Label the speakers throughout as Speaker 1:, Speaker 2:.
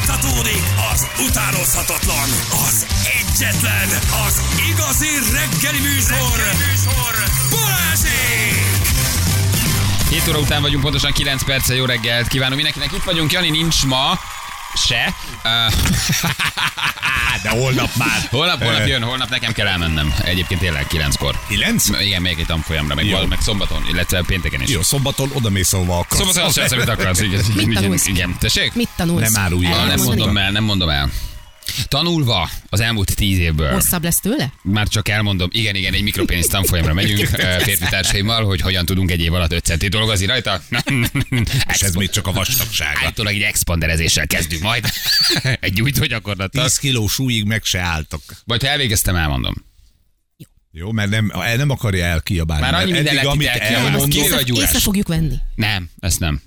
Speaker 1: Fújtatódik az utánozhatatlan, az egyetlen, az igazi reggeli műsor, reggeli műsor. Balázsék!
Speaker 2: 7 óra után vagyunk, pontosan 9 perce, jó reggelt kívánom mindenkinek. Itt vagyunk, Jani nincs ma, se. Uh,
Speaker 3: De holnap már.
Speaker 2: holnap, holnap jön, holnap nekem kell elmennem. Egyébként tényleg 9-kor.
Speaker 3: Kilenc?
Speaker 2: Igen, még egy tanfolyamra, meg,
Speaker 3: Jó.
Speaker 2: val, meg szombaton, illetve pénteken is.
Speaker 3: Jó, szombaton oda mész, ahova akarsz.
Speaker 2: Szombaton azt csinálsz, amit akarsz. Igen, igen, igen,
Speaker 4: tanulsz?
Speaker 2: igen. Tessék?
Speaker 4: Mit tanulsz?
Speaker 3: Nem árulj el.
Speaker 4: El
Speaker 2: Ah,
Speaker 4: lehet
Speaker 2: nem
Speaker 4: mondani?
Speaker 2: mondom el, nem mondom el. Tanulva az elmúlt tíz évből.
Speaker 4: Hosszabb lesz tőle?
Speaker 2: Már csak elmondom, igen, igen, egy mikropénisz tanfolyamra megyünk eh, férfi társaimmal, hogy hogyan tudunk egy év alatt 5 centi dolgozni rajta.
Speaker 3: És ez még csak a vastagsága.
Speaker 2: Állítólag egy expanderezéssel kezdünk majd. egy gyújtó gyakorlattal.
Speaker 3: 10 kiló súlyig meg se álltak.
Speaker 2: Vagy ha elvégeztem, elmondom.
Speaker 3: Jó, mert nem, eh, nem akarja elkiabálni.
Speaker 2: Már
Speaker 3: mert
Speaker 2: annyi minden
Speaker 3: eddig,
Speaker 2: lett
Speaker 3: amit
Speaker 2: itt elkiabálva.
Speaker 3: elmondott,
Speaker 2: Ki-
Speaker 4: Észre,
Speaker 2: vagy gyúrás?
Speaker 4: észre fogjuk venni.
Speaker 2: Nem, ezt nem.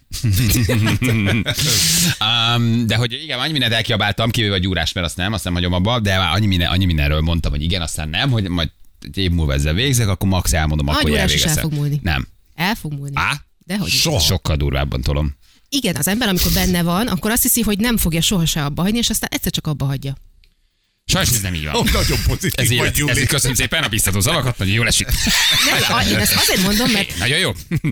Speaker 2: um, de hogy igen, annyi mindent elkiabáltam, kivéve a gyúrás, mert azt nem, azt nem hagyom abba, de már annyi, minden, annyi mindenről mondtam, hogy igen, aztán nem, hogy majd egy év múlva ezzel végzek, akkor max elmondom, akkor hogy
Speaker 4: gyúrás is el
Speaker 2: elvégeztem.
Speaker 4: fog múlni.
Speaker 2: Nem.
Speaker 4: El fog múlni.
Speaker 2: Á?
Speaker 4: Dehogy.
Speaker 3: Soha.
Speaker 2: Sokkal durvábban tolom.
Speaker 4: Igen, az ember, amikor benne van, akkor azt hiszi, hogy nem fogja sohasem abba hagyni, és aztán egyszer csak abba hagyja.
Speaker 2: Sajnos ez nem Oh, így van.
Speaker 3: Ó, nagyon pozitív
Speaker 2: Ez
Speaker 3: vagy,
Speaker 2: élet,
Speaker 3: Gyuri.
Speaker 2: ezért köszönöm szépen a biztató szavakat, nagyon jól esik.
Speaker 4: Nem, a- én ezt azért mondom, mert
Speaker 2: Nagyon jó.
Speaker 4: kb.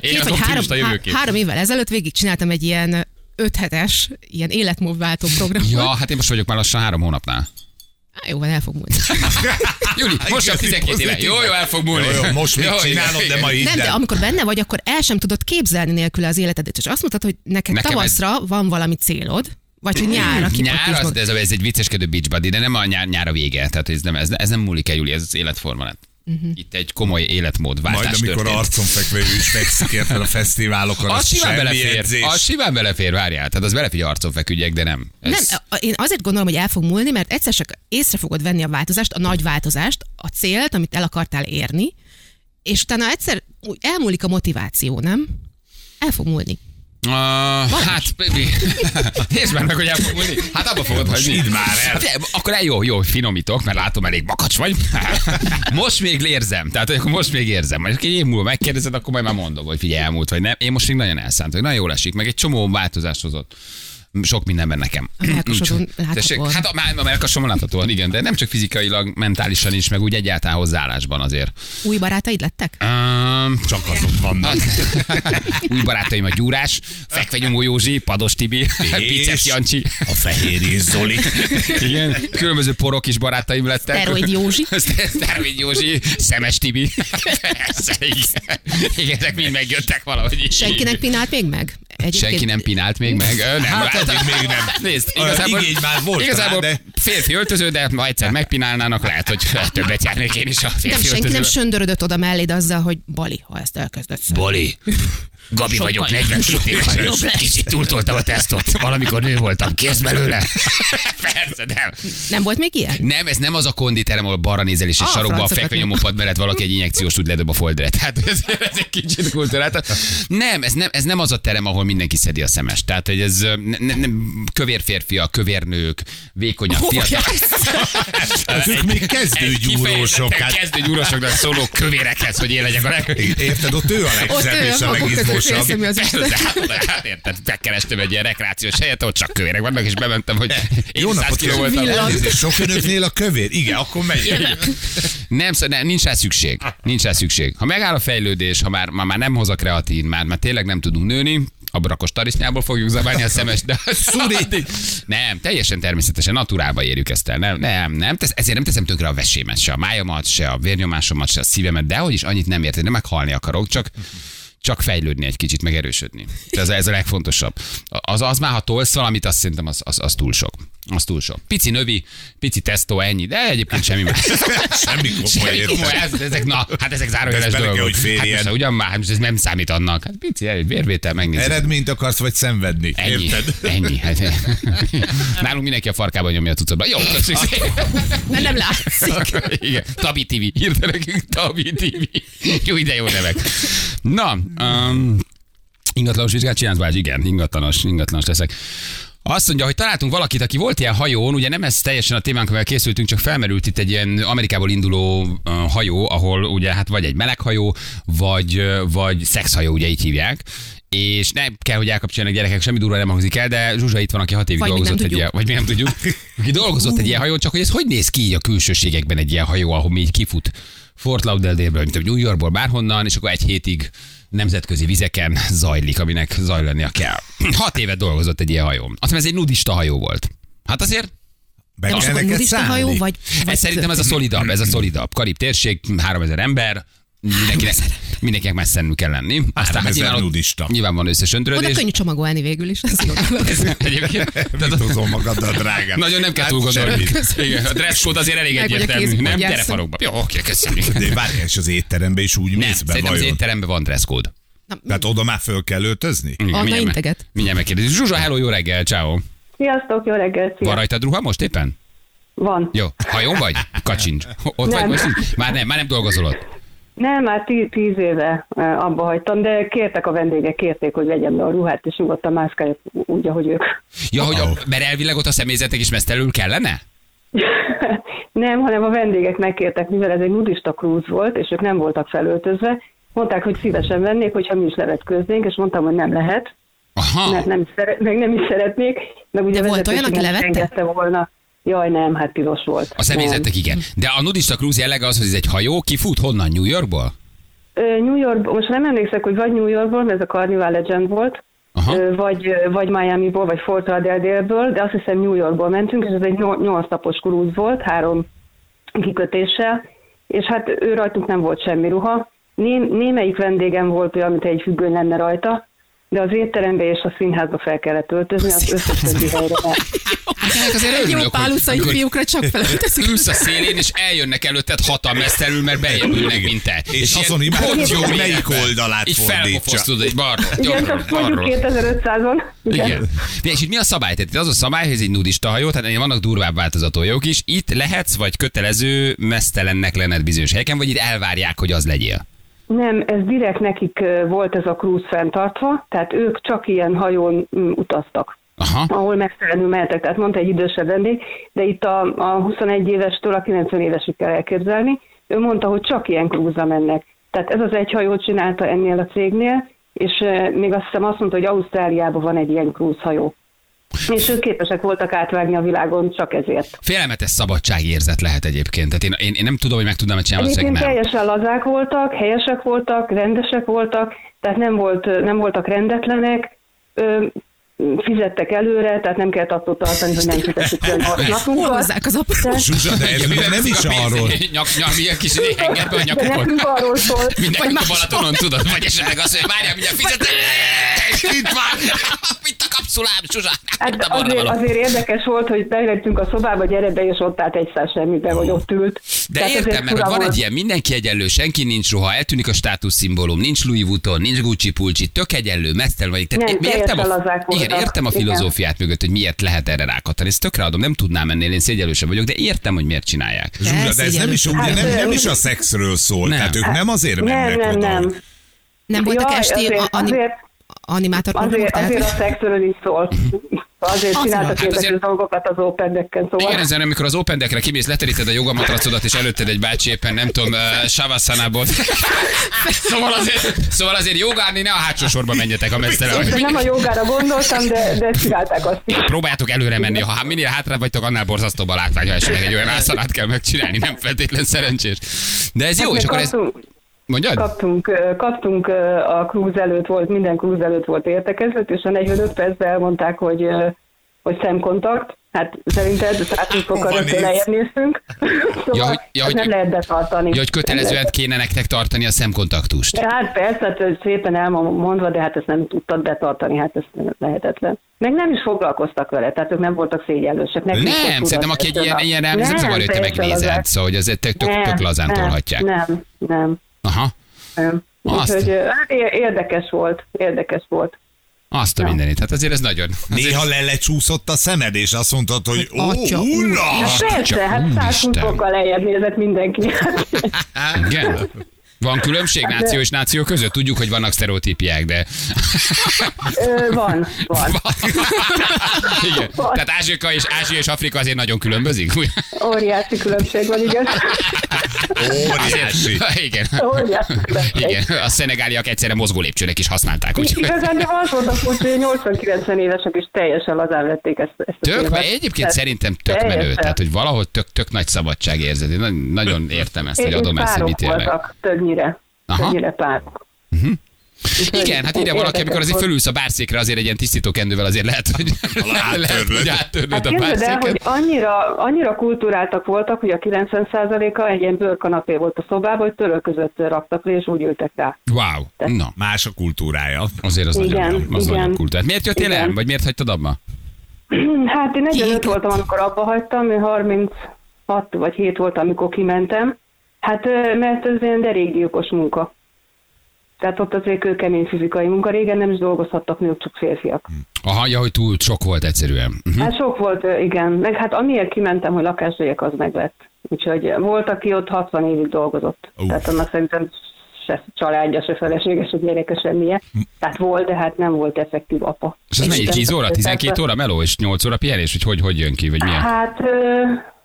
Speaker 2: Én
Speaker 4: két
Speaker 2: az
Speaker 4: vagy három,
Speaker 2: optimista
Speaker 4: há-
Speaker 2: jövőkép.
Speaker 4: három évvel ezelőtt végig csináltam egy ilyen öt hetes, ilyen életmódváltó programot.
Speaker 2: Ja, hát én most vagyok már lassan három hónapnál.
Speaker 4: Á, jó van, el fog múlni.
Speaker 2: Júli,
Speaker 3: Hát,
Speaker 2: most csak 12 éve. Jó, jó, el fog múlni.
Speaker 3: Jó, jó, most mit
Speaker 2: Jó, igen,
Speaker 3: csinálod, de
Speaker 2: igen.
Speaker 3: ma így
Speaker 4: Nem, de amikor benne vagy, akkor el sem tudod képzelni nélküle az életedet, és azt mondtad, hogy neked
Speaker 2: Nekem
Speaker 4: Nekem
Speaker 2: ez-
Speaker 4: tavaszra van valami célod, vagy hogy nyárra
Speaker 2: Nyár,
Speaker 4: kipattintsd
Speaker 2: az,
Speaker 4: magad.
Speaker 2: de ez, ez egy vicceskedő beach buddy, de nem a nyár, nyár a vége. Tehát ez nem, ez, ez nem múlik el, Júli, ez az életforma lett. Uh-huh. Itt egy komoly életmódváltás
Speaker 3: Majd amikor
Speaker 2: történt.
Speaker 3: arcon fekve ő is fekszik érted a fesztiválokon,
Speaker 2: az
Speaker 3: az
Speaker 2: simán
Speaker 3: semmi
Speaker 2: belefér,
Speaker 3: edzés.
Speaker 2: az simán belefér, várjál. Tehát az belefér, hogy arcon feküdjek, de nem. Ez,
Speaker 4: Nem, a- én azért gondolom, hogy el fog múlni, mert egyszer csak észre fogod venni a változást, a nagy változást, a célt, amit el akartál érni, és utána egyszer úgy elmúlik a motiváció, nem? El fog múlni.
Speaker 2: Uh, hát, nézd már meg, hogy el fog múlni. Hát abba fogod
Speaker 3: Most
Speaker 2: hagyni.
Speaker 3: idd már eh? el.
Speaker 2: Hát, e, akkor el, jó, jó, finomítok, mert látom, elég makacs vagy. Most még érzem, tehát akkor most még érzem. Majd egy év múlva megkérdezed, akkor majd már mondom, hogy figyelj, elmúlt vagy nem. Én most még nagyon elszánt, hogy nagyon jól esik, meg egy csomó változást hozott. Sok mindenben nekem.
Speaker 4: A melkasodon
Speaker 2: Úgyhogy-
Speaker 4: látható
Speaker 2: Tessék,
Speaker 4: volt.
Speaker 2: Hát a, már a melkasomon láthatóan, igen, de nem csak fizikailag, mentálisan is, meg úgy egyáltalán hozzáállásban azért.
Speaker 4: Új barátaid lettek?
Speaker 2: Um,
Speaker 3: Csak azok vannak.
Speaker 2: Új barátaim a Gyúrás, Fekvenyomó Józsi, Pados Tibi, Picek Jancsi.
Speaker 3: A fehér és Zoli.
Speaker 2: Igen, különböző porok is barátaim lettek.
Speaker 4: Szteroid Józsi.
Speaker 2: Szteroid Józsi, Szemes Tibi. Persze, igen. igen, ezek mind megjöttek valahogy is.
Speaker 4: Senki nem pinált még meg? Egyébként
Speaker 2: Senki nem pinált még meg. Ö, Nem,
Speaker 3: Hát, addig még nem.
Speaker 2: Nézd,
Speaker 3: Ö,
Speaker 2: igazából,
Speaker 3: igény már volt rá,
Speaker 2: igazából
Speaker 3: de-
Speaker 2: férfi öltöző, de ha egyszer megpinálnának, lehet, hogy többet járnék én is a férfi
Speaker 4: Nem, senki nem
Speaker 2: öltözőbe.
Speaker 4: söndörödött oda melléd azzal, hogy Bali, ha ezt elkezdett szólni.
Speaker 2: Bali, Gabi
Speaker 4: Sokkal
Speaker 2: vagyok, 42 éves. Kicsit túltoltam a tesztot. Valamikor nő voltam, kész belőle. Persze, nem.
Speaker 4: Nem volt még ilyen?
Speaker 2: Nem, ez nem az a konditerem, ahol balra nézel és egy
Speaker 4: Ah,
Speaker 2: sarokba a
Speaker 4: francokat
Speaker 2: fekvenyomópad mellett valaki egy injekciós tud ledob a foldre. Tehát ez, ez egy kicsit kultúrát. Nem ez, nem, ez nem az a terem, ahol mindenki szedi a szemest. Tehát, hogy ez ö, ne, ne, nem, kövér férfiak, kövér nők, vékonyabb
Speaker 4: Hova
Speaker 2: fiatal.
Speaker 3: Ezek még kezdő gyúrósok.
Speaker 2: Hát.
Speaker 3: Hát
Speaker 2: Kezdő gyúrósoknak szóló kövérekhez, hogy én legyek a leg...
Speaker 3: Érted, ott ő a
Speaker 4: Ott
Speaker 3: legszebb
Speaker 4: ő
Speaker 3: és a
Speaker 4: a maguk között
Speaker 3: legizmosabb.
Speaker 4: félszemű az Isten.
Speaker 2: Hát érted, megkerestem egy ilyen rekreációs helyet, ahol csak kövérek vannak, és bementem, hogy én
Speaker 3: Jó
Speaker 2: 100
Speaker 3: napot
Speaker 2: kiló
Speaker 3: kívánok!
Speaker 2: voltam.
Speaker 3: Elnézést, Sok önöknél a kövér? Igen, akkor megy.
Speaker 2: Nem, szó- ne, nincs rá szükség. Nincs rá szükség. Ha megáll a fejlődés, ha már, már, már nem hoz a kreatin, már, már tényleg nem tudunk nőni, abrakos tarisznyából fogjuk zabálni a szemes, de Szuri. Nem, teljesen természetesen, naturálba érjük ezt el. Nem, nem, nem. Tesz, ezért nem teszem tönkre a vesémet, se a májamat, se a vérnyomásomat, se a szívemet, de hogy is annyit nem érted, nem meghalni akarok, csak csak fejlődni egy kicsit, meg erősödni. Ez, ez a legfontosabb. Az, az már, ha tolsz valamit, azt szerintem az, az, az túl sok. Az túl sok. Pici növi, pici tesztó, ennyi, de egyébként semmi más.
Speaker 3: Semmi komoly
Speaker 2: Semmi komoly,
Speaker 3: érted.
Speaker 2: ez, ezek, na, hát ezek
Speaker 3: De
Speaker 2: zárójeles
Speaker 3: ez bele kell,
Speaker 2: dolgok.
Speaker 3: hogy férjen.
Speaker 2: hát most, ha ugyan már, hát most ez nem számít annak. Hát pici, egy vérvétel, megnézzük.
Speaker 3: Eredményt akarsz, vagy szenvedni?
Speaker 2: Ennyi,
Speaker 3: Érted?
Speaker 2: ennyi. Hát, nálunk mindenki a farkába nyomja a cuccotba. Jó, köszönjük szépen.
Speaker 4: Mert nem látszik.
Speaker 2: Igen, Tabi TV. Írta nekünk Tabi TV. Jó, ide jó nevek. Na, um, ingatlanos vizsgát csinálsz, Bács? Igen, ingatlanos, ingatlanos leszek. Azt mondja, hogy találtunk valakit, aki volt ilyen hajón, ugye nem ez teljesen a témánk, amivel készültünk, csak felmerült itt egy ilyen Amerikából induló ö, hajó, ahol ugye hát vagy egy meleghajó, vagy, ö, vagy szexhajó, ugye így hívják, és nem kell, hogy elkapcsoljanak gyerekek, semmi durva nem hangzik el, de Zsuzsa itt van, aki hat évig
Speaker 4: Vagy mi nem
Speaker 2: dolgozott egy ilyen,
Speaker 4: tudjuk.
Speaker 2: vagy mi nem tudjuk, aki dolgozott egy ilyen hajón, csak hogy ez hogy néz ki így a külsőségekben egy ilyen hajó, ahol mi így kifut Fort Lauderdale-ből, mint tudom, New Yorkból, bárhonnan, és akkor egy hétig nemzetközi vizeken zajlik, aminek zajlania kell. Hat évet dolgozott egy ilyen hajón. Azt hiszem, ez egy nudista hajó volt. Hát azért
Speaker 3: Be
Speaker 4: De most
Speaker 3: kell
Speaker 4: akkor
Speaker 3: neked
Speaker 4: nudista
Speaker 3: szállni.
Speaker 4: hajó, vagy, vagy
Speaker 2: ez szerintem ez a szolidabb, ez a szolidabb. Karib térség, 3000 ember, mindenkinek, mindenkinek messzenül kell lenni. Aztán hát
Speaker 3: 3000
Speaker 2: nyilván,
Speaker 3: nudista.
Speaker 2: ott, nyilván van
Speaker 4: Oda
Speaker 2: összesöntörődés.
Speaker 4: könnyű csomagolni végül is. Ez jó dolog.
Speaker 2: Egyébként. Tehát az-
Speaker 3: Mitozol magaddal, drágám.
Speaker 2: nagyon nem kell
Speaker 3: Hát
Speaker 2: túl gondolni.
Speaker 3: semmit.
Speaker 2: Igen, a dresscode azért elég
Speaker 4: Meg vagy a
Speaker 2: egyértelmű.
Speaker 4: kézből
Speaker 2: Nem
Speaker 4: játszom.
Speaker 2: terefarokba. Jó, oké, köszönjük.
Speaker 3: De várjál, és az étterembe is úgy
Speaker 2: Nem,
Speaker 3: mész be,
Speaker 2: szerintem az
Speaker 3: vajon?
Speaker 2: étteremben van dresscode.
Speaker 3: Tehát hát oda már föl kell öltözni?
Speaker 2: Igen,
Speaker 4: Anna
Speaker 2: mindjárt me-
Speaker 4: integet.
Speaker 2: Mindjárt megkérdezik. Zsuzsa, hello, jó reggel, ciao.
Speaker 5: Sziasztok, jó reggelt!
Speaker 2: Van
Speaker 5: szia.
Speaker 2: rajtad ruha most éppen?
Speaker 5: Van.
Speaker 2: Jó, hajón vagy? Kacsincs. Ott vagy
Speaker 5: Nem.
Speaker 2: most? így? Már nem, már nem dolgozol ott.
Speaker 5: Nem, már tí- tíz éve eh, abba hagytam, de kértek a vendégek, kérték, hogy vegyem le a ruhát, és nyugodtan mászkáljak úgy, ahogy ők.
Speaker 2: Ja, hogy a,
Speaker 3: Oh.
Speaker 2: mert elvileg ott a személyzetnek is mesztelül kellene?
Speaker 5: nem, hanem a vendégek megkértek, mivel ez egy nudista krúz volt, és ők nem voltak felöltözve, mondták, hogy szívesen vennék, hogyha mi is levetkőznénk, és mondtam, hogy nem lehet,
Speaker 2: Aha.
Speaker 5: mert nem is szeret, meg nem is szeretnék, meg ugye
Speaker 4: De volt olyan, aki
Speaker 5: vezetőségem
Speaker 4: levette?
Speaker 5: engedte volna. Jaj, nem, hát piros volt.
Speaker 2: A személyzetnek igen. De a nudista krúz jellege az, hogy ez egy hajó, kifut honnan? New Yorkból?
Speaker 5: Ö, New York, most nem emlékszek, hogy vagy New Yorkból, mert ez a Carnival Legend volt,
Speaker 2: Aha.
Speaker 5: ö, vagy, vagy Miami-ból, vagy Fort Lauderdale-ből, de azt hiszem New Yorkból mentünk, és ez egy nyol- nyolc napos krúz volt, három kikötéssel, és hát ő rajtuk nem volt semmi ruha. Ném, némelyik vendégem volt olyan, mint egy függöny lenne rajta, de az étterembe és a színházba fel kellett öltözni, az összes többi helyre nem.
Speaker 2: Hát ennek azért
Speaker 4: Egy jó
Speaker 2: örülök,
Speaker 4: pál utcai
Speaker 2: hogy, hogy
Speaker 4: fiúkra csak felöltözik.
Speaker 2: ülsz a szélén, és eljönnek előtted hatan mesztelül, mert bejövülnek, mint te.
Speaker 3: És azon
Speaker 2: ilyen
Speaker 3: imádod,
Speaker 2: pont jó
Speaker 3: hogy melyik
Speaker 2: méretben.
Speaker 3: oldalát
Speaker 2: Így
Speaker 3: fordítsa.
Speaker 2: felkofosztod, egy barról,
Speaker 5: Igen,
Speaker 2: jobbról,
Speaker 5: csak mondjuk
Speaker 2: balról.
Speaker 5: 2500-on.
Speaker 2: Igen. De és itt mi a szabály? Tehát itt az a szabály, hogy ez egy nudista hajó, tehát ennél vannak durvább változatójók is. Itt lehetsz, vagy kötelező mesztelennek lenned bizonyos helyeken, vagy itt elvárják, hogy az legyél.
Speaker 5: Nem, ez direkt nekik ö, volt ez a krúz fenntartva, tehát ők csak ilyen hajón mm, utaztak.
Speaker 2: Aha.
Speaker 5: ahol megfelelő mehetek. Tehát mondta egy idősebb vendég, de itt a, a 21 évestől a 90 évesig kell elképzelni. Ő mondta, hogy csak ilyen krúzra mennek. Tehát ez az egy hajót csinálta ennél a cégnél, és eh, még azt hiszem azt mondta, hogy Ausztráliában van egy ilyen krúzhajó. És ők képesek voltak átvágni a világon csak ezért.
Speaker 2: Félelmetes szabadságérzet lehet egyébként. Tehát én, én, én nem tudom, hogy meg tudnám csinálni a
Speaker 5: Egyébként
Speaker 2: szegmát.
Speaker 5: teljesen lazák voltak, helyesek voltak, rendesek voltak, tehát nem, volt, nem voltak rendetlenek, ö, fizettek előre, tehát nem kellett attól tartani, hogy nem fizetik ki a
Speaker 4: Hol
Speaker 5: napunkat.
Speaker 4: hozzák az
Speaker 5: Hát-
Speaker 4: apát?
Speaker 3: Zsuzsa, de ez ugye nem is arról.
Speaker 2: Nyak, nyak, ilyen kis hengerbe a
Speaker 5: De
Speaker 2: nyakukon.
Speaker 5: nekünk arról szólt.
Speaker 2: Mindenki a
Speaker 4: más.
Speaker 2: Balatonon tudod, vagy esetleg azt, hogy várjál, mindjárt fizetek. Itt van. Itt a kapszulám, Zsuzsa. Itt
Speaker 5: Hát
Speaker 2: a barna
Speaker 5: azért,
Speaker 2: való.
Speaker 5: azért érdekes volt, hogy belettünk a szobába, gyere be, és ott állt egy száz semmibe, vagy ott ült.
Speaker 2: De
Speaker 5: Tehát
Speaker 2: értem,
Speaker 5: azért
Speaker 2: mert
Speaker 5: fura
Speaker 2: ott van
Speaker 5: volt.
Speaker 2: egy ilyen, mindenki egyenlő, senki nincs ruha, eltűnik a státuszszimbólum, nincs Louis Vuitton, nincs Gucci pulcsi, tök egyenlő, mesztel vagy. Tehát
Speaker 5: Nem,
Speaker 2: én- értem
Speaker 5: teljesen
Speaker 2: a,
Speaker 5: lazák
Speaker 2: igen,
Speaker 5: voltak.
Speaker 2: értem a
Speaker 5: Igen.
Speaker 2: filozófiát mögött, hogy miért lehet erre rákatani. Ezt tökre adom, nem tudnám ennél, én szégyenlősebb vagyok, de értem, hogy miért csinálják.
Speaker 3: Zsuzsa, de ez nem is, ugye, nem, nem is a szexről szól.
Speaker 2: Nem.
Speaker 3: Tehát ők nem azért
Speaker 5: Hát- Nem,
Speaker 3: mennek
Speaker 5: nem,
Speaker 3: oda.
Speaker 5: nem.
Speaker 4: Nem voltak
Speaker 5: Jaj,
Speaker 4: esti
Speaker 5: azért-
Speaker 4: a- ani-
Speaker 5: azért-
Speaker 4: animátor
Speaker 5: Azért,
Speaker 4: konkurtát?
Speaker 5: azért a szexről is szólt. Azért
Speaker 4: Az van.
Speaker 5: csináltak
Speaker 4: Hát
Speaker 5: érdekes
Speaker 2: azért-
Speaker 5: dolgokat az óperdekkel, szóval.
Speaker 2: Igen, ezen, amikor az open deckre kimész, leteríted a jogamatracodat, és előtted egy bácsi éppen, nem tudom, uh, Savasanából. szóval, azért, szóval azért jogálni ne a hátsó sorba menjetek, ha
Speaker 5: Én
Speaker 2: messze
Speaker 5: nem a jogára gondoltam, de, de csinálták azt is.
Speaker 2: Próbáljátok előre menni, ha hát minél hátrább vagytok, annál borzasztóbb a látvány, ha esetleg egy olyan ászanát kell megcsinálni, nem feltétlen szerencsés. De ez jó, és akkor ez...
Speaker 5: Hát kaptunk,
Speaker 2: Mondjad?
Speaker 5: kaptunk, ö, kaptunk ö, a krúz előtt volt, minden krúz előtt volt értekezlet, és a 45 percben elmondták, hogy, ö, hogy szemkontakt. Hát szerinted 120 fokkal
Speaker 3: Hova
Speaker 5: rögtön
Speaker 3: néz?
Speaker 5: lejjebb néztünk. Szóval
Speaker 2: Ja, hogy- ja,
Speaker 5: hát
Speaker 2: hogy-
Speaker 5: nem lehet betartani.
Speaker 2: Ja, hogy kötelezően kéne nektek tartani a szemkontaktust.
Speaker 5: De hát persze, hát ez szépen el van mondva, de hát ezt nem tudtad betartani, hát ez nem lehetetlen. Meg nem is foglalkoztak vele, tehát ők nem voltak szégyenlősek. Nekik volt
Speaker 2: Nem,
Speaker 5: tudat
Speaker 2: szerintem aki egy
Speaker 5: ezen
Speaker 2: ilyen,
Speaker 5: a-
Speaker 2: ilyen rám, nem zavarja, hogy te
Speaker 5: teljesen lazák.
Speaker 2: megnézed. Szóval, hogy ez tök, tök, tök
Speaker 5: Nem,
Speaker 2: lazán
Speaker 5: nem,
Speaker 2: tolhatják.
Speaker 5: Nem, nem,
Speaker 2: Aha.
Speaker 5: nem.
Speaker 2: Azt.
Speaker 5: Úgyhogy ö, hát é- érdekes volt, érdekes volt.
Speaker 2: Azt a mindenit. Hát azért ez nagyon.
Speaker 3: Néha lelecsúszott a szemed, és azt mondtad, hogy ó,
Speaker 4: Atya
Speaker 3: ura!
Speaker 5: Hát persze, hát 120
Speaker 2: úristen.
Speaker 5: fokkal lejjebb nézett mindenki.
Speaker 2: Igen. Van különbség náció és náció között? Tudjuk, hogy vannak sztereotípiák, de...
Speaker 5: Ö, van, van.
Speaker 2: Igen. Tehát Ázsika és, Ázsia és Afrika azért nagyon különbözik.
Speaker 5: Óriási különbség van, igen.
Speaker 3: Óriási.
Speaker 2: Igen.
Speaker 5: Óriási.
Speaker 2: Igen, a szenegáliak egyszerre mozgó lépcsőnek is használták.
Speaker 5: Így
Speaker 2: Úgyhogy.
Speaker 5: igazán, de az volt a furcsa, hogy 80-90 évesek is teljesen lazán vették ezt, ezt a
Speaker 2: Tök,
Speaker 5: filmet.
Speaker 2: mert egyébként szerintem tök menő,
Speaker 5: Teljesen.
Speaker 2: tehát hogy valahogy tök, tök nagy szabadság érzed. Én na- nagyon értem ezt, hogy
Speaker 5: És- és
Speaker 2: adom ezt, hogy
Speaker 5: párok
Speaker 2: mit él meg.
Speaker 5: voltak, többnyire.
Speaker 2: Aha. Mhm.
Speaker 5: Többnyire párok. Úgyhogy
Speaker 2: Igen, hát ide valaki,
Speaker 5: érdekes
Speaker 2: amikor azért
Speaker 5: volt.
Speaker 2: fölülsz a bárszékre, azért egy ilyen tisztítókendővel azért lehet, hogy lehet,
Speaker 3: áttörlöd.
Speaker 2: hogy áttörlöd
Speaker 5: Hát
Speaker 2: a
Speaker 5: képzeld el, hogy
Speaker 2: bárszéket.
Speaker 5: annyira, annyira kulturáltak voltak, hogy a 90%-a egy ilyen bőrkanapé volt a szobában, hogy török között raktak le, és úgy ültek rá.
Speaker 2: Wow, na,
Speaker 3: Más a kultúrája.
Speaker 2: azért az
Speaker 5: Igen,
Speaker 2: nagyon, jó, az
Speaker 5: igen.
Speaker 2: nagyon kult. Tehát miért jöttél el,
Speaker 5: Igen.
Speaker 2: vagy miért hagytad abba?
Speaker 5: Hát én 45 voltam, amikor abba hagytam, én 36 vagy 7 voltam, amikor kimentem. Hát ö, mert ez ilyen derékgyilkos munka. Tehát ott azért kőkemény fizikai munka. Régen nem is dolgozhattak nők, csak férfiak.
Speaker 2: Aha, ja, hogy túl sok volt egyszerűen. Mhm.
Speaker 5: Hát sok volt, ö, igen. Meg hát amiért kimentem, hogy lakásbérek, az meg lett. Úgyhogy volt, aki ott 60 évig dolgozott.
Speaker 3: Uff.
Speaker 5: Tehát annak szerintem se családja, se felesége, se gyereke, semmilyen. Tehát volt, de hát nem volt effektív apa.
Speaker 2: Hm. És ez mennyi?
Speaker 5: Igen.
Speaker 2: 10 óra, 12
Speaker 5: Tehát-
Speaker 2: óra meló, és 8 óra pihenés, hogy hogy, hogy jön ki, vagy milyen?
Speaker 5: Hát, ö,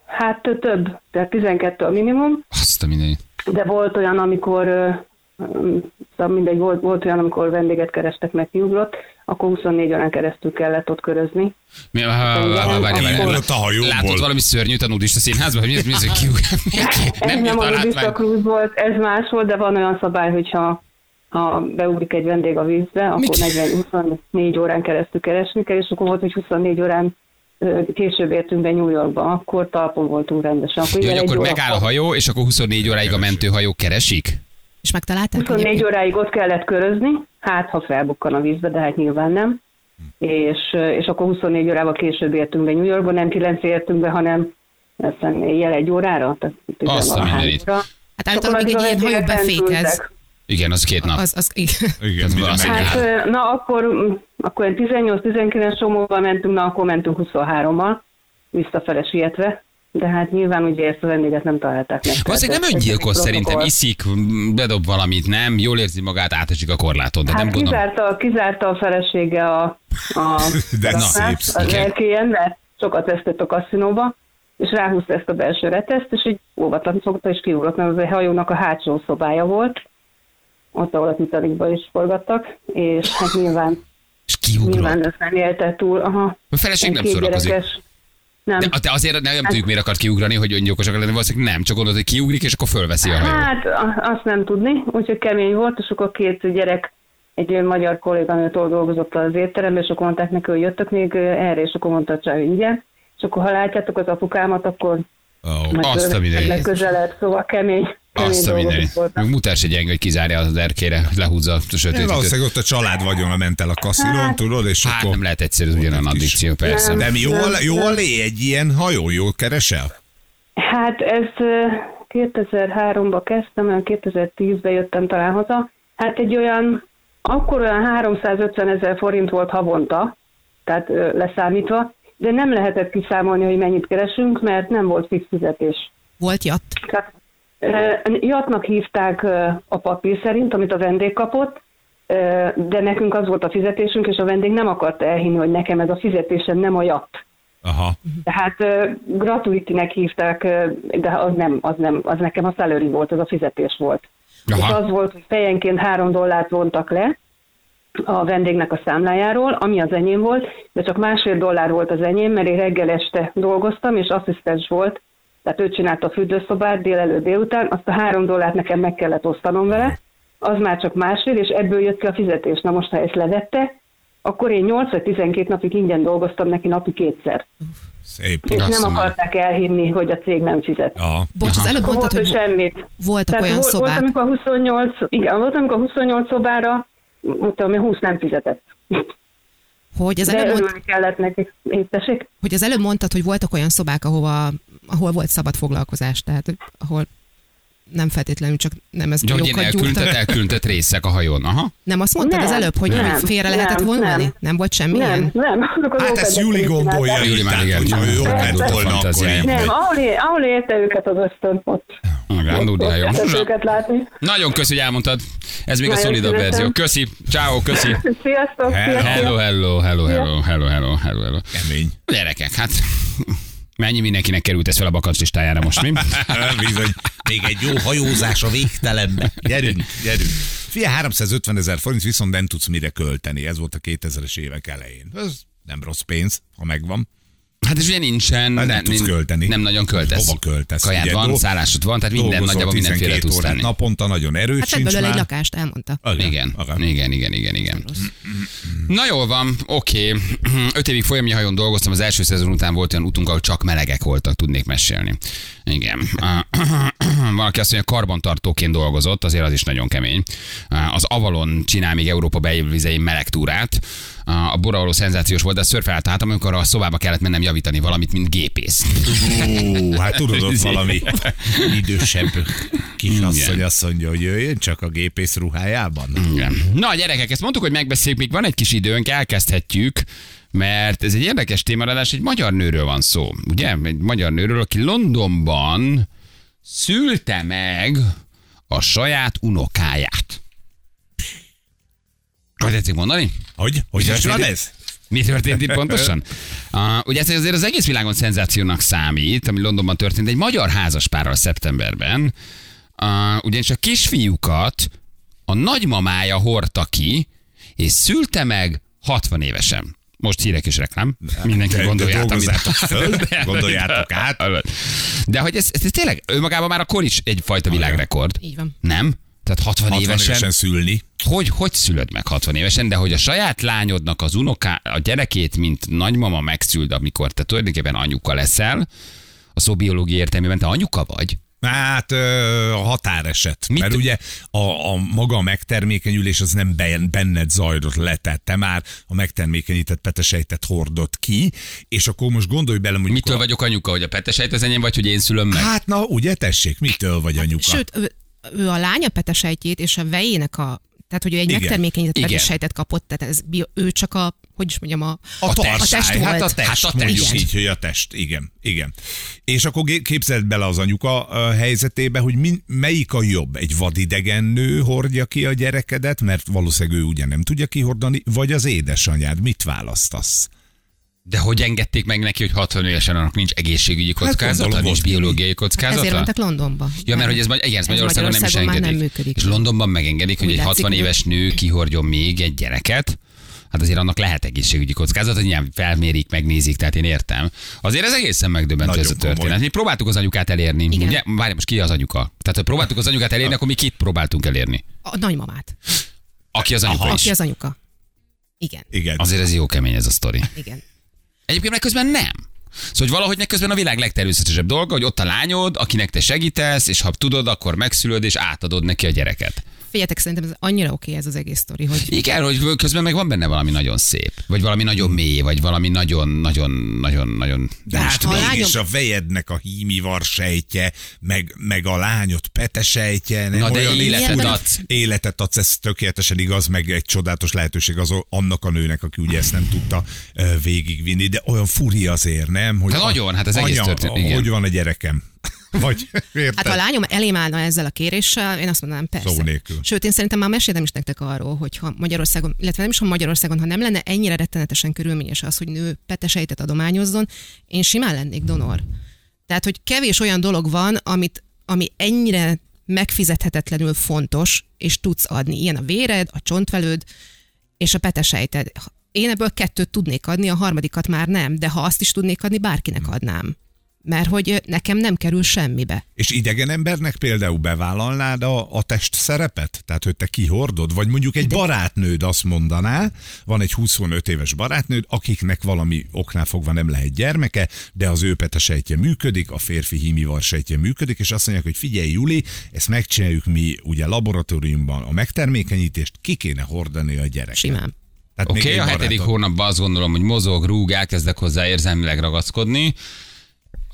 Speaker 5: hát ö, több, tehát 12 a minimum,
Speaker 2: Azt a mindenit.
Speaker 5: de volt olyan, amikor, ö, m, szóval mindegy, volt, volt olyan, amikor vendéget kerestek, meg kiugrott, akkor 24 órán keresztül kellett ott körözni.
Speaker 2: Mi, ha, ha, ha, ha, várj, várj,
Speaker 3: Kiugrott
Speaker 2: várj.
Speaker 3: a hajóból.
Speaker 2: Látod valami szörnyűt a nudista színházban? Mi ez, mi ez, hogy kiugrál?
Speaker 5: ez
Speaker 2: Nem
Speaker 5: nem
Speaker 2: jött
Speaker 5: a
Speaker 2: a
Speaker 5: Nudista
Speaker 2: látvány.
Speaker 5: Cruise volt, ez más volt, de van olyan szabály, hogyha ha beugrik egy vendég a vízbe, akkor
Speaker 2: Mit?
Speaker 5: 40-24 órán keresztül keresni kell, és akkor volt, hogy 24 órán ö, később értünk be New Yorkba, akkor talpon voltunk rendesen. Akkor,
Speaker 2: Jó,
Speaker 5: igen,
Speaker 2: hogy
Speaker 5: egy
Speaker 2: akkor
Speaker 5: óra-
Speaker 2: megáll a hajó, és akkor 24 óráig a mentőhajó keresik?
Speaker 4: És megtalálták?
Speaker 5: 24
Speaker 4: egyébként?
Speaker 5: óráig ott kellett körözni, hát ha felbukkan a vízbe, de hát nyilván nem. És, és akkor 24 órával később értünk be New Yorkba, nem 9 értünk be, hanem aztán éjjel egy órára, tehát
Speaker 2: Azt a mindenit.
Speaker 4: Hát általában még egy ilyen hajó
Speaker 5: hát
Speaker 4: befékez.
Speaker 2: Igen, az két nap.
Speaker 4: Az, az, igen.
Speaker 3: Igen,
Speaker 2: Ez
Speaker 3: mire
Speaker 2: valószínű.
Speaker 3: megáll.
Speaker 5: Hát, ö, na akkor, mm, akkor ilyen 18-19 csomóval mentünk, na akkor mentünk 23-mal, visszafele sietve, de hát nyilván ugye ezt a vendéget nem találták meg.
Speaker 2: Valószínűleg nem
Speaker 5: Tehát ez- ez
Speaker 2: öngyilkos
Speaker 5: egy
Speaker 2: szerintem,
Speaker 5: protokoll.
Speaker 2: iszik, m, bedob valamit, nem, jól érzi magát, átesik a korláton, de nem
Speaker 5: Hát
Speaker 2: gondolom.
Speaker 5: kizárta, kizárta a felesége a, a
Speaker 3: De na,
Speaker 5: raktárt,
Speaker 3: szép,
Speaker 5: az
Speaker 2: igen.
Speaker 5: erkélyen, mert sokat vesztett a kaszinóba, és ráhúzta ezt a belső reteszt, és így óvatlan szokta, és kiugrott, mert az egy hajónak a hátsó szobája volt, ott, ahol a Titanicba is forgattak, és hát nyilván,
Speaker 2: És kiugrott.
Speaker 5: nyilván ezt nem élte túl. Aha.
Speaker 2: A feleség nem
Speaker 5: Két
Speaker 2: szórakozik.
Speaker 5: gyerekes. Nem. Hát-
Speaker 2: De, de azért nem tudjuk, miért akart kiugrani, hogy öngyilkosak lenni, valószínűleg nem, csak gondolod, hogy kiugrik, és akkor fölveszi a hajót.
Speaker 5: Hát a- azt nem tudni, úgyhogy kemény volt, és akkor két gyerek, egy ilyen magyar kolléganőtől dolgozott az étteremben, és akkor mondták neki, hogy jöttök még erre, és akkor mondta a csaj, hogy igen. És akkor ha látjátok az apukámat, akkor
Speaker 3: Ó,
Speaker 5: majd
Speaker 2: azt a mindenit.
Speaker 5: legközelebb, szóval kemény, kemény
Speaker 2: Azt a
Speaker 5: dolgok
Speaker 2: mindenit.
Speaker 5: voltak.
Speaker 2: Még mutás egy gyenge, hogy kizárja az erkére, hogy lehúzza a
Speaker 3: Én
Speaker 2: sötétítőt.
Speaker 3: valószínűleg Hát ott a család vagyona ment el a kaszinón, tudod, és
Speaker 2: Hát
Speaker 3: akkor...
Speaker 2: nem lehet egyszerű, ez ugyanolyan
Speaker 3: Kis-
Speaker 2: addikció, persze.
Speaker 5: Nem.
Speaker 3: De mi jól,
Speaker 5: Nem,
Speaker 3: jól él egy ilyen hajó, jól keresel?
Speaker 5: Hát ez ö, 2003-ba kezdtem, olyan 2010-ben jöttem talán haza. Hát egy olyan, akkor olyan 350 ezer forint volt havonta, tehát ö, leszámítva, de nem lehetett kiszámolni, hogy mennyit keresünk, mert nem volt fix fizetés.
Speaker 4: Volt jatt.
Speaker 5: Tehát, ö, Jatnak hívták ö, a papír szerint, amit a vendég kapott, ö, de nekünk az volt a fizetésünk, és a vendég nem akarta elhinni, hogy nekem ez a fizetésem nem a jatt.
Speaker 3: Aha.
Speaker 5: Tehát hát, ö, gratuitinek hívták, ö, de az nem, az nem, az nekem a salary volt, az a fizetés volt.
Speaker 2: Aha.
Speaker 5: És az volt, hogy fejenként három dollárt vontak le a vendégnek a számlájáról, ami az enyém volt, de csak másfél dollár volt az enyém, mert én reggel este dolgoztam, és asszisztens volt, tehát ő csinálta a fürdőszobát délelőtt délután, azt a három dollárt nekem meg kellett osztanom vele, az már csak másfél, és ebből jött ki a fizetés. Na most, ha ezt levette, akkor én 8 vagy 12 napig ingyen dolgoztam neki napi kétszer.
Speaker 3: Szép.
Speaker 5: És
Speaker 2: Azt
Speaker 5: nem
Speaker 2: mondom.
Speaker 5: akarták elhinni, hogy a cég nem fizet.
Speaker 3: Aha.
Speaker 4: Bocs, az előbb
Speaker 5: Akkor
Speaker 4: mondtad,
Speaker 5: volt, hogy
Speaker 4: hogy
Speaker 5: semmit.
Speaker 4: voltak
Speaker 5: Tehát
Speaker 4: olyan
Speaker 5: volt, volt,
Speaker 4: szobák.
Speaker 5: amikor 28, igen, volt, amikor 28 szobára, mondtam, hogy 20 nem fizetett.
Speaker 4: Hogy az
Speaker 5: De
Speaker 4: előbb, mond,
Speaker 5: örülni kellett nekik. Én tessék?
Speaker 4: hogy az előbb mondtad, hogy voltak olyan szobák, ahova, ahol volt szabad foglalkozás, tehát hogy ahol nem feltétlenül csak nem ez
Speaker 2: Hogy ilyen
Speaker 4: jókat
Speaker 2: elkülönített,
Speaker 4: gyújtak.
Speaker 2: elkülönített részek a hajón. Aha.
Speaker 4: Nem azt mondtad az
Speaker 5: Nem,
Speaker 4: előbb, hogy
Speaker 5: nem,
Speaker 4: félre
Speaker 5: nem,
Speaker 4: lehetett
Speaker 5: nem.
Speaker 4: vonulni? Nem. volt semmi
Speaker 5: Nem,
Speaker 4: ilyen?
Speaker 5: nem. Azok az
Speaker 3: Hát ezt
Speaker 5: ófegyek
Speaker 3: Júli gondolja,
Speaker 5: csinálták.
Speaker 2: Júli
Speaker 3: így,
Speaker 2: már
Speaker 3: tehát,
Speaker 2: igen,
Speaker 3: hogyha
Speaker 2: Júli
Speaker 3: ő ott
Speaker 2: már
Speaker 3: lett
Speaker 2: gondolta
Speaker 3: volna, akkor
Speaker 2: fantáziáját.
Speaker 3: így.
Speaker 5: Nem, ahol, é- ahol érte őket az ösztön, ott
Speaker 2: A Grándulni hajó.
Speaker 5: lehetett őket látni.
Speaker 2: Nagyon köszi, hogy elmondtad. Ez még a
Speaker 5: Nagyon
Speaker 2: szolidabb
Speaker 5: szívesen.
Speaker 2: verzió. Köszi. Ciao, köszi.
Speaker 5: Sziasztok!
Speaker 3: Hello.
Speaker 5: sziasztok.
Speaker 2: Hello, hello, hello, hello, hello, hello, hello.
Speaker 3: Kemény.
Speaker 2: Gyerekek, hát Mennyi mindenkinek került ez fel a bakancslistájára most, mi?
Speaker 3: Bizony, még egy jó hajózás a végtelenbe. Gyerünk, gyerünk. Fia, 350 ezer forint, viszont nem tudsz mire költeni. Ez volt a 2000-es évek elején. Ez nem rossz pénz, ha megvan.
Speaker 2: Hát és ugye nincsen.
Speaker 3: Hát nem tudsz költeni.
Speaker 2: Nem nagyon költesz.
Speaker 3: Hova költesz?
Speaker 2: Kajád
Speaker 3: Ugye,
Speaker 2: van,
Speaker 3: dol-
Speaker 2: szállásod van, tehát minden
Speaker 3: dolgozol
Speaker 2: nagyjából mindenféle
Speaker 3: 12
Speaker 2: tudsz
Speaker 3: órát
Speaker 2: tenni.
Speaker 3: Naponta nagyon erős
Speaker 4: Hát
Speaker 3: sincs
Speaker 4: ebből egy
Speaker 3: már.
Speaker 4: lakást elmondta.
Speaker 3: Agár,
Speaker 2: Igen.
Speaker 3: agár.
Speaker 2: igen, igen, igen, igen. Na jól van, oké. Öt évig folyami hajón dolgoztam, az első szezon után volt olyan utunk, ahol csak melegek voltak, tudnék mesélni. Igen. Ah, Valaki azt mondja, karbantartóként dolgozott, azért az is nagyon kemény. Ah, Az Avalon csinál még Európa belvizein meleg túrát. Ah, A Bora való szenzációs volt, de szörfelállt hát, amikor a szobába kellett mennem javítani valamit, mint gépész.
Speaker 3: Ó, hát tudod, ott valami idősebb kisasszony
Speaker 2: Igen.
Speaker 3: azt mondja, hogy jöjjön csak a gépész ruhájában.
Speaker 2: Igen. Na, gyerekek, ezt mondtuk, hogy megbeszéljük, még van egy kis időnk, elkezdhetjük, mert ez egy érdekes témaradás, egy magyar nőről van szó, ugye? Egy magyar nőről, aki Londonban szülte meg a saját unokáját. Hogy tetszik mondani?
Speaker 3: Hogy? Hogy is van ez?
Speaker 2: Mi történt itt pontosan? Uh, ugye ez azért az egész világon szenzációnak számít, ami Londonban történt egy magyar házaspárral szeptemberben, uh, ugyanis a kisfiúkat a nagymamája hordta ki, és szülte meg 60 évesen. Most hírek és reklám. Mindenki
Speaker 3: de- de
Speaker 2: gondolját, amit...
Speaker 3: dolgozzátok föl, gondoljátok át.
Speaker 2: De hogy ez, ez tényleg önmagában már akkor is egyfajta világrekord.
Speaker 4: Így van.
Speaker 2: Nem? Tehát 60,
Speaker 3: 60
Speaker 2: évesen,
Speaker 3: évesen szülni.
Speaker 2: hogy, hogy szülöd meg 60 évesen, de hogy a saját lányodnak az unoká, a gyerekét, mint nagymama megszüld, amikor te tulajdonképpen anyuka leszel, a szó biológiai értelmében te anyuka vagy.
Speaker 3: Hát ö, a határeset.
Speaker 2: Mit-
Speaker 3: Mit? Mert ugye a, a maga a megtermékenyülés az nem ben- benned zajlott le, tehát te már a megtermékenyített petesejtet hordott ki, és akkor most gondolj bele, hogy...
Speaker 2: Mitől vagyok anyuka, hogy a petesejt az enyém vagy, hogy én szülöm meg?
Speaker 3: Hát na, ugye tessék, mitől vagy anyuka?
Speaker 4: Sőt, ő, ő a lánya petesejtjét és a vejének a tehát, hogy ő egy
Speaker 3: Igen.
Speaker 4: megtermékenyített
Speaker 2: Igen.
Speaker 4: petesejtet kapott, tehát ez bio, ő csak a, hogy is mondjam, a,
Speaker 3: A, tartály,
Speaker 4: a test volt.
Speaker 3: hát a test,
Speaker 2: Hát a
Speaker 3: mondjuk
Speaker 2: test.
Speaker 3: így, hogy a test, igen, igen. És akkor gé- képzeld bele az anyuka ö, helyzetébe, hogy min, melyik a jobb, egy vadidegen nő hordja ki a gyerekedet, mert valószínűleg ő ugye nem tudja kihordani, vagy az édesanyád, mit választasz?
Speaker 2: De hogy engedték meg neki, hogy 60 évesen annak nincs egészségügyi kockázata,
Speaker 3: gondolom,
Speaker 2: nincs
Speaker 3: volt.
Speaker 2: biológiai
Speaker 4: Hát
Speaker 2: kockázata?
Speaker 4: ezért mentek Londonba.
Speaker 2: Ja, mert hogy ez, ma- igen, ez Magyarországon,
Speaker 4: Magyarországon
Speaker 2: nem is
Speaker 4: már nem
Speaker 2: engedik.
Speaker 4: működik.
Speaker 2: És Londonban megengedik, hogy
Speaker 4: Úgy
Speaker 2: egy
Speaker 4: látszik,
Speaker 2: 60
Speaker 4: hogy-
Speaker 2: éves nő kihordjon még egy gyereket. Hát azért annak lehet egészségügyi kockázat, hogy nyilván felmérik, megnézik, tehát én értem. Azért ez egészen megdöbbentő
Speaker 3: Nagyon
Speaker 2: ez a
Speaker 3: komoly.
Speaker 2: történet. Mi próbáltuk az anyukát elérni.
Speaker 4: Igen.
Speaker 2: Ugye? Várj, most ki az anyuka? Tehát, ha próbáltuk az anyukát elérni, akkor mi kit próbáltunk elérni?
Speaker 4: A nagymamát,
Speaker 2: Aki az anyuka is.
Speaker 4: aki az anyuka. Igen,
Speaker 3: Igen.
Speaker 2: Azért ez jó kemény ez a sztori.
Speaker 4: igen.
Speaker 2: Egyébként meg közben nem. Szóval hogy valahogy meg közben a világ legtermészetesebb dolga, hogy ott a lányod, akinek te segítesz, és ha tudod, akkor megszülöd és átadod neki a gyereket.
Speaker 4: Figyeljetek, szerintem ez annyira oké okay, ez az egész sztori, hogy
Speaker 2: Igen, hogy közben meg van benne valami nagyon szép, vagy valami nagyon mély, vagy valami nagyon, nagyon, nagyon, nagyon...
Speaker 3: De hát
Speaker 4: ha a
Speaker 3: mégis
Speaker 4: lányom-
Speaker 3: a vejednek a hímivar sejtje, meg, meg a lányod petesejtje, nem
Speaker 2: Na de
Speaker 3: olyan
Speaker 2: életet
Speaker 3: életet,
Speaker 2: adsz.
Speaker 3: életet adsz, ez tökéletesen igaz, meg egy csodálatos lehetőség az annak a nőnek, aki ugye ezt nem tudta ö, végigvinni, de olyan furi azért, nem? Hogy
Speaker 2: Hát nagyon, hát az egész történet, igen.
Speaker 3: Hogy van a gyerekem? Vagy, érted?
Speaker 4: Hát ha a lányom elém állna ezzel a kéréssel, én azt mondanám, persze.
Speaker 3: Szó nélkül.
Speaker 4: Sőt, én szerintem már meséltem is nektek arról, hogy ha Magyarországon, illetve nem is ha Magyarországon, ha nem lenne ennyire rettenetesen körülményes az, hogy nő petesejtet adományozzon, én simán lennék donor. Tehát, hogy kevés olyan dolog van, amit, ami ennyire megfizethetetlenül fontos, és tudsz adni. Ilyen a véred, a csontvelőd, és a petesejted. Én ebből kettőt tudnék adni, a harmadikat már nem, de ha azt is tudnék adni, bárkinek adnám. Mert hogy ö, nekem nem kerül semmibe.
Speaker 3: És idegen embernek például bevállalnád a, a test szerepet? Tehát, hogy te kihordod? Vagy mondjuk egy barátnőd azt mondaná, van egy 25 éves barátnőd, akiknek valami oknál fogva nem lehet gyermeke, de az ő petesejtje működik, a férfi hímivar sejtje működik, és azt mondják, hogy figyelj Juli, ezt megcsináljuk mi ugye laboratóriumban a megtermékenyítést, ki kéne hordani a gyereket.
Speaker 4: Simán.
Speaker 3: Tehát
Speaker 2: Oké,
Speaker 3: még
Speaker 2: okay,
Speaker 3: egy
Speaker 2: a hetedik
Speaker 3: barátod-
Speaker 2: hónapban azt gondolom, hogy mozog, rúg, elkezdek hozzá érzelmileg ragaszkodni,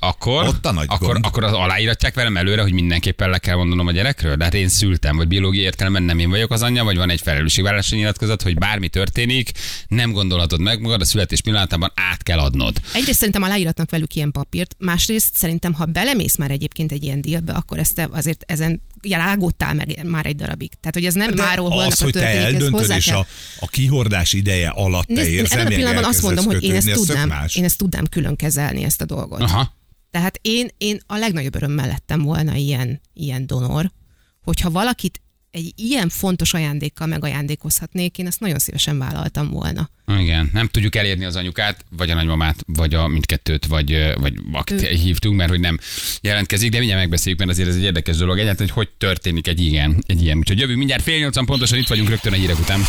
Speaker 2: akkor,
Speaker 3: Ott a nagy
Speaker 2: akkor,
Speaker 3: gond.
Speaker 2: akkor az aláíratják velem előre, hogy mindenképpen le kell mondanom a gyerekről? De hát én szültem, vagy biológiai értelemben nem én vagyok az anyja, vagy van egy felelősségvállalási nyilatkozat, hogy bármi történik, nem gondolhatod meg magad, a születés pillanatában át kell adnod.
Speaker 4: Egyrészt szerintem aláíratnak velük ilyen papírt, másrészt szerintem, ha belemész már egyébként egy ilyen dílbe, akkor ezt te azért ezen ugye rágódtál meg már egy darabig. Tehát, hogy ez nem
Speaker 3: De
Speaker 4: már holnap
Speaker 3: az, hogy te
Speaker 4: történik, ez
Speaker 3: eldöntöd,
Speaker 4: hozzá
Speaker 3: és
Speaker 4: kell.
Speaker 3: a, a kihordás ideje alatt te
Speaker 4: Nézd, én
Speaker 3: érzelmileg
Speaker 4: ebben a pillanatban azt
Speaker 3: elkezdesz
Speaker 4: mondom, hogy én
Speaker 3: kötődni,
Speaker 4: ezt
Speaker 3: ez tök
Speaker 4: tudnám,
Speaker 3: más.
Speaker 4: én ezt tudnám külön kezelni, ezt a dolgot.
Speaker 2: Aha.
Speaker 4: Tehát én, én a legnagyobb örömmel lettem volna ilyen, ilyen donor, hogyha valakit egy ilyen fontos ajándékkal megajándékozhatnék, én ezt nagyon szívesen vállaltam volna.
Speaker 2: Igen, nem tudjuk elérni az anyukát, vagy a nagymamát, vagy a mindkettőt, vagy, ö, vagy akit hívtunk, mert hogy nem jelentkezik, de mindjárt megbeszéljük, mert azért ez egy érdekes dolog egyáltalán, hogy hogy történik egy ilyen. Egy ilyen. Úgyhogy jövő mindjárt fél nyolcan pontosan itt vagyunk rögtön a hírek után.